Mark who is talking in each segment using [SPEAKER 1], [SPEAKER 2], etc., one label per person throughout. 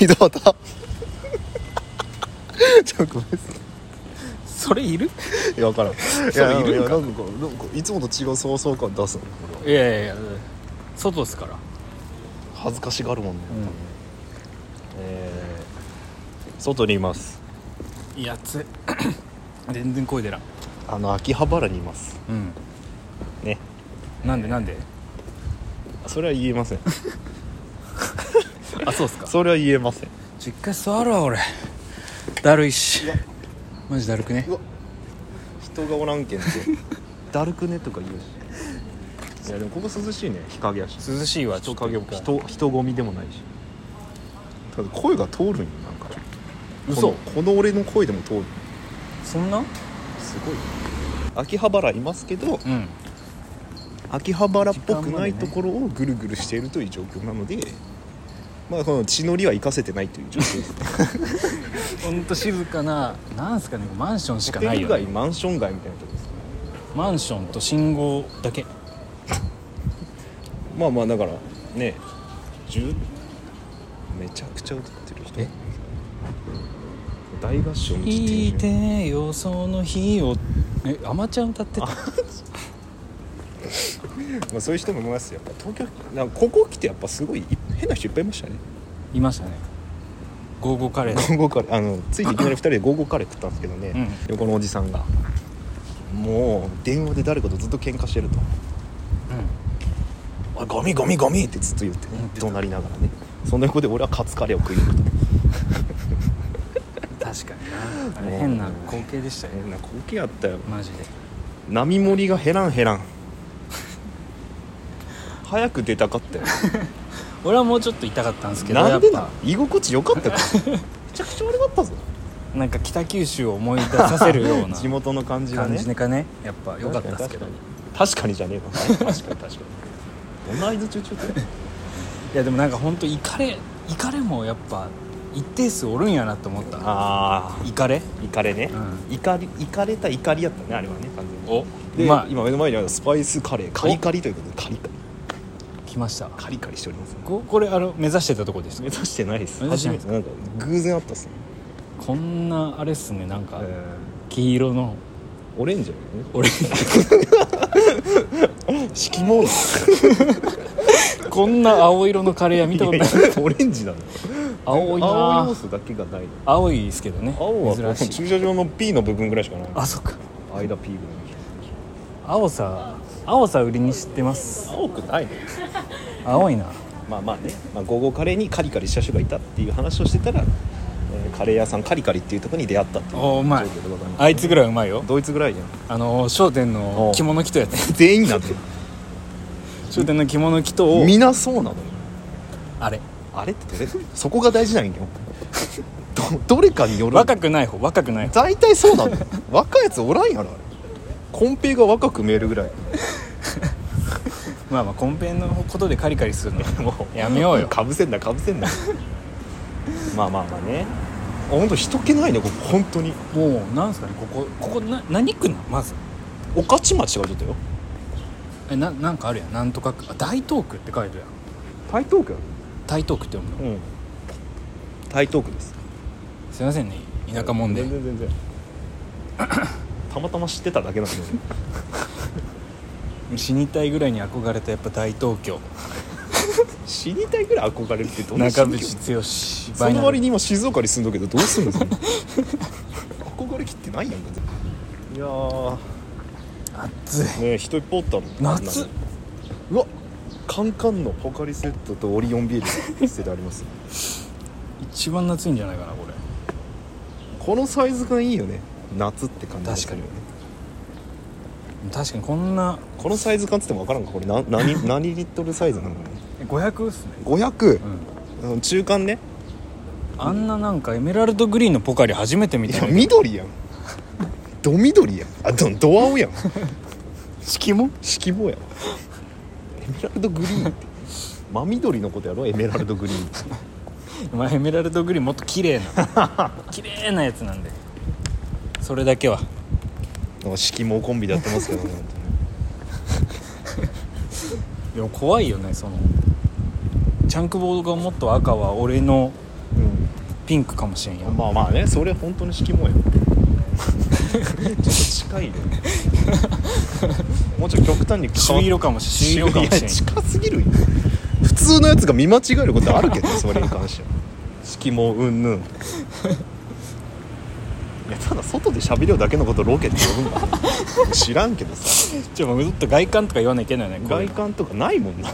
[SPEAKER 1] 井戸端ちょっとごめんなさい
[SPEAKER 2] それいる
[SPEAKER 1] いや分からんい
[SPEAKER 2] そういるんか
[SPEAKER 1] やなんかこうなんかいつもと違う早々感出すのこれはい
[SPEAKER 2] やいやいやうん外ですから
[SPEAKER 1] 恥ずかしがるもんね、えー外にいます
[SPEAKER 2] いやつ 全然声出らん
[SPEAKER 1] あの秋葉原にいます
[SPEAKER 2] うん
[SPEAKER 1] ね
[SPEAKER 2] なんでなんで
[SPEAKER 1] それは言え ません
[SPEAKER 2] あそうっすか
[SPEAKER 1] それは言えません
[SPEAKER 2] 実家座るわ俺だるいしマジだるくね
[SPEAKER 1] うわ人がおらんけんって だるくねとか言うしいやでもここ涼しいね日陰やし
[SPEAKER 2] 涼しいわち
[SPEAKER 1] 人
[SPEAKER 2] ょっと
[SPEAKER 1] 影も人人混みでもないしただ声が通るんよなんか
[SPEAKER 2] 嘘
[SPEAKER 1] このこの俺の声でも通る
[SPEAKER 2] そんな
[SPEAKER 1] すごい秋葉原いますけど
[SPEAKER 2] うん
[SPEAKER 1] 秋葉原っぽく
[SPEAKER 2] 時
[SPEAKER 1] な
[SPEAKER 2] 間までね
[SPEAKER 1] いところをぐるぐるしているという状況なのでまあこの血のりは生かせてないという状況ですね
[SPEAKER 2] ほんと静かななんすかねマンションしか
[SPEAKER 1] ホ
[SPEAKER 2] な
[SPEAKER 1] テ
[SPEAKER 2] い
[SPEAKER 1] ル
[SPEAKER 2] よ、
[SPEAKER 1] 街
[SPEAKER 2] ね、
[SPEAKER 1] マンション街みたいなとこですね
[SPEAKER 2] マンションと信号だけ
[SPEAKER 1] まあまあだからね10めちゃくちゃ歌ってる人
[SPEAKER 2] え
[SPEAKER 1] 大合唱
[SPEAKER 2] 「
[SPEAKER 1] の
[SPEAKER 2] い
[SPEAKER 1] 時点
[SPEAKER 2] てよその日を」えアマちゃん歌ってた
[SPEAKER 1] まあ、そういう人もいますよやっぱ東京なんかここ来てやっぱすごいい変な人いっぱいいましたね
[SPEAKER 2] いましたねゴーゴー カレー
[SPEAKER 1] ゴーゴーカレーあのついていきなり2人でゴーゴーカレー食ったんですけどね、
[SPEAKER 2] うん
[SPEAKER 1] 横のおじさんがもう電話で誰かとずっと喧嘩してると「おいゴミゴミゴミ!」ってずっと言ってね
[SPEAKER 2] うん
[SPEAKER 1] 怒鳴りながらねその横で俺はカツカレーを食いに行くと
[SPEAKER 2] うん確かになあ
[SPEAKER 1] も
[SPEAKER 2] れ
[SPEAKER 1] う
[SPEAKER 2] 変な光景でしたよ
[SPEAKER 1] 変な光景あったよ
[SPEAKER 2] マジで
[SPEAKER 1] 波盛りが減らん減らん早く出たかったよ
[SPEAKER 2] 俺はもうちょっと痛かったんですけど
[SPEAKER 1] なんでな
[SPEAKER 2] やっ
[SPEAKER 1] 居心地良かったからめちゃくちゃ悪かったぞ
[SPEAKER 2] ぱなんか北九州を思い出させるよう な
[SPEAKER 1] 地元の感じが
[SPEAKER 2] 感
[SPEAKER 1] ね
[SPEAKER 2] じねかねやっぱ良かったですけどい
[SPEAKER 1] 確かに確かにじゃねえの確かに確 かにどんな合図中中だよ
[SPEAKER 2] やでもなんか本当イカレイカレもやっぱ一定数おるんやなと思った
[SPEAKER 1] あ
[SPEAKER 2] イカレ
[SPEAKER 1] あイカレね、
[SPEAKER 2] う
[SPEAKER 1] 怒り怒れた怒りやったねあれはね完全に
[SPEAKER 2] お
[SPEAKER 1] で、
[SPEAKER 2] まあ
[SPEAKER 1] 今目の前にあるスパイスカレーカリカリということでカリカリ
[SPEAKER 2] 来ました
[SPEAKER 1] カリカリしております
[SPEAKER 2] ここれあの目指してたとこです
[SPEAKER 1] 目指してないです
[SPEAKER 2] 目指し
[SPEAKER 1] 初
[SPEAKER 2] てな
[SPEAKER 1] め
[SPEAKER 2] い
[SPEAKER 1] てなんか偶然あったっすね、
[SPEAKER 2] こんなあれっすねなんか
[SPEAKER 1] え
[SPEAKER 2] 黄色の
[SPEAKER 1] ーオレンジやね
[SPEAKER 2] 俺
[SPEAKER 1] 色毛
[SPEAKER 2] こんな青色のカレー屋見たことない
[SPEAKER 1] オレンジなの
[SPEAKER 2] 青いな
[SPEAKER 1] 青要
[SPEAKER 2] 青
[SPEAKER 1] 素だけがないの
[SPEAKER 2] いですけどね
[SPEAKER 1] 青はこの
[SPEAKER 2] 珍しい
[SPEAKER 1] 駐車場の P の部分ぐらいしかない
[SPEAKER 2] あそっか
[SPEAKER 1] 間 P ぐらい
[SPEAKER 2] 青さ青さ売りにしてます
[SPEAKER 1] 青くないね
[SPEAKER 2] 青いな
[SPEAKER 1] まあまあね、まあ、ゴーゴーカレーにカリカリした人がいたっていう話をしてたら、えーカレー屋さんカリカリっていうところに出会ったっていう
[SPEAKER 2] おうまい
[SPEAKER 1] 状況でございます
[SPEAKER 2] あいつぐらいうまいよ
[SPEAKER 1] ドイツぐらいじゃん
[SPEAKER 2] あの商店の着物着とや つ
[SPEAKER 1] 全員なんて
[SPEAKER 2] 商店の着物着とを
[SPEAKER 1] みんなそうなのよ
[SPEAKER 2] あれ
[SPEAKER 1] あれってどれそこが大事なんよ どどれかによる
[SPEAKER 2] 若くない方若くない方
[SPEAKER 1] 大体そうなのよ若いやつおらんやろあれコンペが若く見えるぐらい
[SPEAKER 2] まあまあコンペのことでカリカリするの もうやめようよ
[SPEAKER 1] かぶせんなかぶせんなまあまあまあねあ本当人気ないねここ本当に
[SPEAKER 2] もうなんすかねここここな何区なのまず
[SPEAKER 1] 御徒町がちょっとよ
[SPEAKER 2] えななんかあるやんなんとか区あ大東区って書いてるやん
[SPEAKER 1] 台東区
[SPEAKER 2] 台東区って読むの
[SPEAKER 1] うん台東区です
[SPEAKER 2] すいませんね田舎もんで
[SPEAKER 1] 全然全然 たまたま知ってただけなんで
[SPEAKER 2] 死にたいぐらいに憧れたやっぱ大東京
[SPEAKER 1] 死にたいぐらい憧れるってどんな
[SPEAKER 2] 中
[SPEAKER 1] 心境
[SPEAKER 2] 渕剛
[SPEAKER 1] その割
[SPEAKER 2] に
[SPEAKER 1] に今静岡に住んだけどどう すんのそれ憧れきってないやんかいやー
[SPEAKER 2] 暑い
[SPEAKER 1] ねえ人いっぱいおったの
[SPEAKER 2] 夏
[SPEAKER 1] うわカンカンのポカリセットとオリオンビール捨ててあります よ
[SPEAKER 2] 一番夏いんじゃないかなこれ
[SPEAKER 1] このサイズがいいよね夏って感じがするよね
[SPEAKER 2] 確かにこんな
[SPEAKER 1] このサイズ感っつっても分からんかこれな 何何リットルサイズなのかね
[SPEAKER 2] 500っすね
[SPEAKER 1] 500
[SPEAKER 2] う、ん
[SPEAKER 1] うん中間ね
[SPEAKER 2] あんななんかエメラルドグリーンのポカリ初めて見
[SPEAKER 1] い
[SPEAKER 2] た
[SPEAKER 1] や
[SPEAKER 2] んだけど
[SPEAKER 1] 緑やんど緑やんあどドアオやん色も色もやんエメラルドグリーンって真緑のことやろエメラルドグリーンって
[SPEAKER 2] まあエメラルドグリーンもっと綺麗な 綺麗なやつなんでそれだけは
[SPEAKER 1] なんか色もコンビでやってますけどね本当に
[SPEAKER 2] でも怖いよねそのチャンクボーがもっと赤は俺の
[SPEAKER 1] うん
[SPEAKER 2] ピンクかもしれんよ、
[SPEAKER 1] まあまあねそれ本当に色もよちょっと近いよもうちょっと極端に
[SPEAKER 2] 朱色かもし朱色かもしれん
[SPEAKER 1] いや近すぎるよ普通のやつが見間違えることあるけどそれに関しては色もうんぬんいやただ外で喋るだけのことロケって呼ぶん だな知らんけどさ
[SPEAKER 2] ちょもうずっと外観とか言わなきゃいけないよねこう
[SPEAKER 1] 外
[SPEAKER 2] いうの
[SPEAKER 1] 観とかないもんな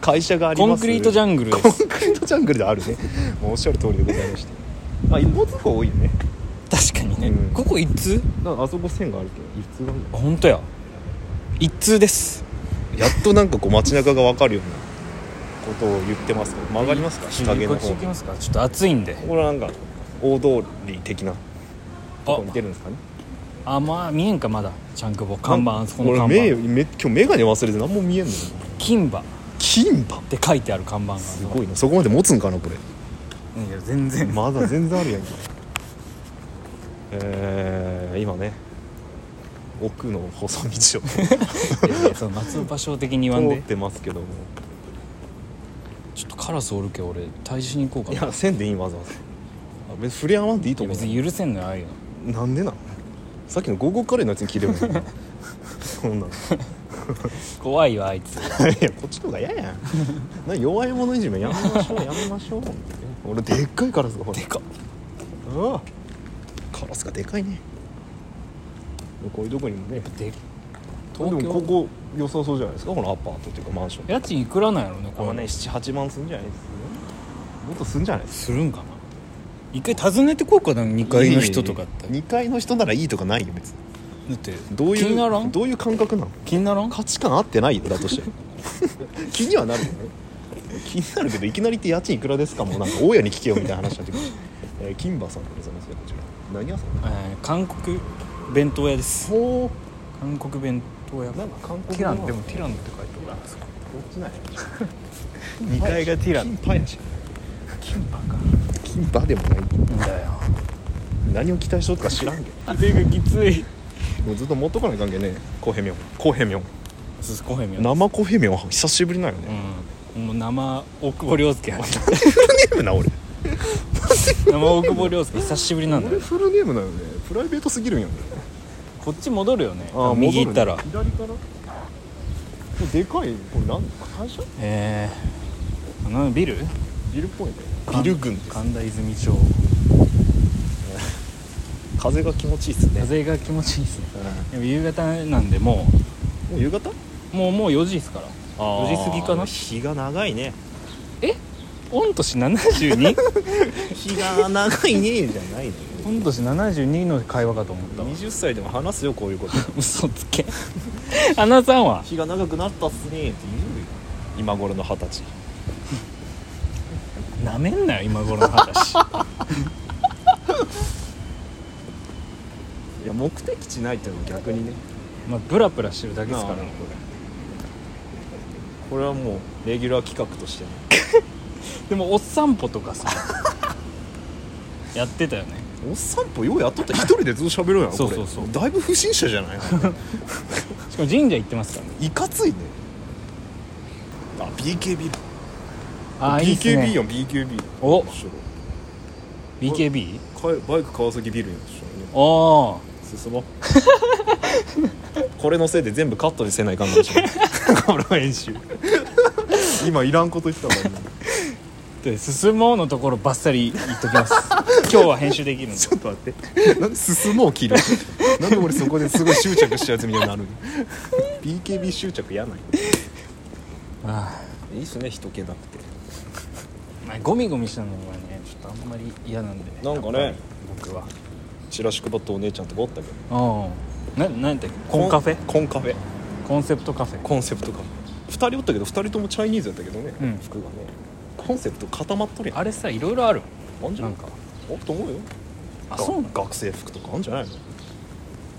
[SPEAKER 1] 会社があり
[SPEAKER 2] コ
[SPEAKER 1] ます
[SPEAKER 2] ンクリートジャングルで
[SPEAKER 1] コン
[SPEAKER 2] す
[SPEAKER 1] クリートジャングルであるねもうおっしゃる通りでございましてまあ一方通行多いよね
[SPEAKER 2] 確かにね、
[SPEAKER 1] うん
[SPEAKER 2] ここ一通
[SPEAKER 1] なんかあそこ線があるけど一通なんだ
[SPEAKER 2] あ本当や一通です
[SPEAKER 1] やっとなんかこう街中が分かるようなことを言ってますけど曲がりますか日陰
[SPEAKER 2] こ
[SPEAKER 1] の
[SPEAKER 2] っ
[SPEAKER 1] 方
[SPEAKER 2] ち行き
[SPEAKER 1] こ
[SPEAKER 2] ますかちょっと暑いんで
[SPEAKER 1] れはなんか大通り的なと
[SPEAKER 2] あ
[SPEAKER 1] こに出るんですかね
[SPEAKER 2] あまあ見えんかまだちゃんくぼ看板あそこの
[SPEAKER 1] 俺
[SPEAKER 2] 看
[SPEAKER 1] 目
[SPEAKER 2] 板
[SPEAKER 1] め今日眼鏡忘れて何も見えんのよ
[SPEAKER 2] 金馬っ
[SPEAKER 1] 金歯
[SPEAKER 2] て書いてある看板が
[SPEAKER 1] すごいなそこまで持つんかなこれ
[SPEAKER 2] いや全然、
[SPEAKER 1] まだ全然あるやんけえー、今ね奥の細道を
[SPEAKER 2] いやいやその松尾芭蕉的に言わん
[SPEAKER 1] 通
[SPEAKER 2] で
[SPEAKER 1] ってますけども
[SPEAKER 2] ちょっとカラスおるけ俺退治しに行こう
[SPEAKER 1] い
[SPEAKER 2] かな
[SPEAKER 1] や線でいいわざわざあ別に触れ合わんでいいと思う
[SPEAKER 2] 別に許せんのよああいうの
[SPEAKER 1] なんでなのさっきのゴーゴーカレーのやつに聞いてるのにそんなのい
[SPEAKER 2] 怖いよあいつ
[SPEAKER 1] やこっちの方が嫌やんな弱い者いじめやめましょうやめましょう俺でっかいカラスがほら
[SPEAKER 2] でかっ
[SPEAKER 1] うわカラスがでかいねこういうとこにもね
[SPEAKER 2] で
[SPEAKER 1] 東
[SPEAKER 2] 東
[SPEAKER 1] 京
[SPEAKER 2] 京
[SPEAKER 1] ここ良さそうじゃないですかこのアパートっていうかマンション
[SPEAKER 2] 家賃いくらなんやろね
[SPEAKER 1] こ
[SPEAKER 2] こ
[SPEAKER 1] れね
[SPEAKER 2] れね
[SPEAKER 1] 78万すんじゃないですもっとすんじゃないです
[SPEAKER 2] するんかな一回訪ねてこうかな2階の人とかってだ
[SPEAKER 1] 2階の人ならいいとかないよ別に
[SPEAKER 2] って
[SPEAKER 1] どういう
[SPEAKER 2] 気にならん
[SPEAKER 1] どういう感覚なの
[SPEAKER 2] 気にならん
[SPEAKER 1] 価値観合ってないよだとして 気にはなるよね気になるけどいきなりって家賃いくらですかもうなんか大家に聞けよみたいな話になってくる、えー、金馬さんでございますよこちら何屋さん
[SPEAKER 2] えー韓国弁当屋です
[SPEAKER 1] ほ
[SPEAKER 2] 韓国弁当屋
[SPEAKER 1] なんか韓国
[SPEAKER 2] ティランでもティランって書いてある
[SPEAKER 1] こっち ない
[SPEAKER 2] 二階がティラ
[SPEAKER 1] 金
[SPEAKER 2] ン
[SPEAKER 1] パやし
[SPEAKER 2] 金馬か
[SPEAKER 1] 金馬でもない
[SPEAKER 2] だよ
[SPEAKER 1] 何を期待しようとか知らんけど
[SPEAKER 2] 腕がきつい
[SPEAKER 1] もうずっと持っとかない関係ねコヘミョンコヘミョン
[SPEAKER 2] すすこへみよ
[SPEAKER 1] 生コヘミョンは久しぶりなんよね
[SPEAKER 2] うんもう生大久保涼介や
[SPEAKER 1] フルネームな俺
[SPEAKER 2] 生大久保涼介久しぶりなんだ
[SPEAKER 1] 俺
[SPEAKER 2] よ
[SPEAKER 1] フルネームなよねプライベートすぎるんよね
[SPEAKER 2] こっち戻るよね
[SPEAKER 1] ー
[SPEAKER 2] 右行ったら
[SPEAKER 1] 戻るね左からこれでかいこれなん会社
[SPEAKER 2] えー、あのビル
[SPEAKER 1] ビルっぽいねビル群です
[SPEAKER 2] 神田泉町
[SPEAKER 1] 風が気持ちいいっすね
[SPEAKER 2] 風が気持ちいいですね
[SPEAKER 1] うん
[SPEAKER 2] でも夕方なんでも
[SPEAKER 1] もう夕方
[SPEAKER 2] うもうもう4時ですから4時過ぎかな
[SPEAKER 1] 日が長いね
[SPEAKER 2] え御年 72?
[SPEAKER 1] 日が長いねじゃないのよ
[SPEAKER 2] 御年72の会話かと思ったわ
[SPEAKER 1] 20歳でも話すよこういうこと
[SPEAKER 2] 嘘つけ花さんは
[SPEAKER 1] 日が長くなったっすねって言うよ今頃の二十歳
[SPEAKER 2] なめんなよ今頃の話
[SPEAKER 1] いや目的地ないっていうのも逆にね
[SPEAKER 2] まあブラブラしてるだけですから
[SPEAKER 1] なあこれはもうレギュラー企画としてね
[SPEAKER 2] でもおっさんぽと かさやってたよね
[SPEAKER 1] おっさんぽようやっとった一人でずっと喋るんやろ
[SPEAKER 2] そう
[SPEAKER 1] これ
[SPEAKER 2] そうそう
[SPEAKER 1] だいぶ不審者じゃない
[SPEAKER 2] しかも神社行ってますからね
[SPEAKER 1] いかついねあ BKB だ
[SPEAKER 2] あ
[SPEAKER 1] BKB
[SPEAKER 2] いいっすね
[SPEAKER 1] やん BKB
[SPEAKER 2] お
[SPEAKER 1] 一緒だ
[SPEAKER 2] BKB?
[SPEAKER 1] かバイク川崎ビールやん一緒にね
[SPEAKER 2] ああ
[SPEAKER 1] 進もう これのせいで全部カットにせないかんかもしれないこの演習今いらんこと言ってたから、ね、
[SPEAKER 2] で進もうのところバッサリ言っとき ます今日は編集できるん で
[SPEAKER 1] ちょっと待ってなんで進もう切るなんで俺そこですごい執着しちゃうやつみたいになるの BKB 執着やない
[SPEAKER 2] あ
[SPEAKER 1] いいっすね人気なくて
[SPEAKER 2] あまあゴミゴミしたのがねちょっとあんまり嫌なんでね
[SPEAKER 1] なんかね
[SPEAKER 2] やっぱり僕は
[SPEAKER 1] チラシ配ったお姉ちゃんとかおったけど
[SPEAKER 2] うんななんてコンカフェ
[SPEAKER 1] コンカフェ
[SPEAKER 2] コンセプトカフェ
[SPEAKER 1] コンセプトカフェ2人おったけど2人ともチャイニーズやったけどね、
[SPEAKER 2] うん
[SPEAKER 1] 服がねコンセプト固まっとるやん
[SPEAKER 2] あれさいろいろある
[SPEAKER 1] あんじゃない
[SPEAKER 2] なんか
[SPEAKER 1] あると思うよ
[SPEAKER 2] あ
[SPEAKER 1] が
[SPEAKER 2] そうなの
[SPEAKER 1] 学生服とかあんじゃないの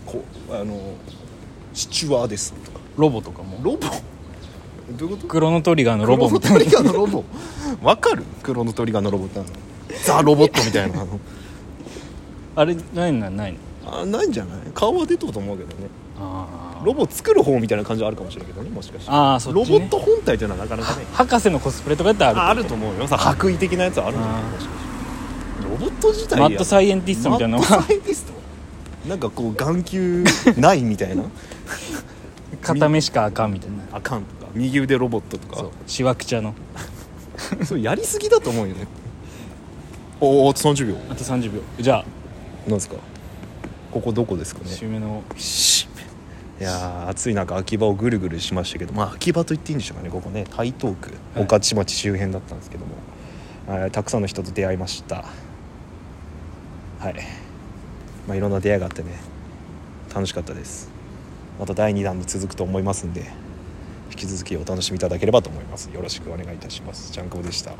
[SPEAKER 1] こうあのシチュワーですとか
[SPEAKER 2] ロボとかも
[SPEAKER 1] ロボどういうこと
[SPEAKER 2] クロノトリガーのロボみたい
[SPEAKER 1] クロノトリガーのロボわかるクロノトリガーのロボってあのザ・ロボットみたいな あの
[SPEAKER 2] なあれないのないの
[SPEAKER 1] あないんじゃない顔は出とると思うけどね
[SPEAKER 2] あー
[SPEAKER 1] ロボ作る方みたいな感じはあるかもしれないけどねもしかして
[SPEAKER 2] あーそっち
[SPEAKER 1] ロ
[SPEAKER 2] ね
[SPEAKER 1] ボット本体というのはなかなかね
[SPEAKER 2] 博士のコスプレとかやったらある
[SPEAKER 1] ああると思うよさ白衣的なやつはあるんじゃない
[SPEAKER 2] あー
[SPEAKER 1] もしかしロボット自体
[SPEAKER 2] マッドサイエンティストみたいなの
[SPEAKER 1] マッド
[SPEAKER 2] は
[SPEAKER 1] サイエンティストなんかこう眼球ないみたいな
[SPEAKER 2] 片目し かあかんみたいな
[SPEAKER 1] あかんとか右腕ロボットとか
[SPEAKER 2] そうしわくちゃの
[SPEAKER 1] それやりすぎだと思うよねおおあと30秒
[SPEAKER 2] あと30秒じゃあ
[SPEAKER 1] なんですかここどこですかね
[SPEAKER 2] 締めの
[SPEAKER 1] しいやー暑い中秋葉をぐるぐるしましたけどまあ秋葉と言っていいんでしょうかねここね台東区
[SPEAKER 2] は
[SPEAKER 1] 御
[SPEAKER 2] い
[SPEAKER 1] 徒町周辺だったんですけども、あーたくさんの人と出会いましたはいまあいろんな出会いがあってね楽しかったですまた第2弾に続くと思いますんで引き続きお楽しみいただければと思いますよろしくお願いいたしますジャンコでした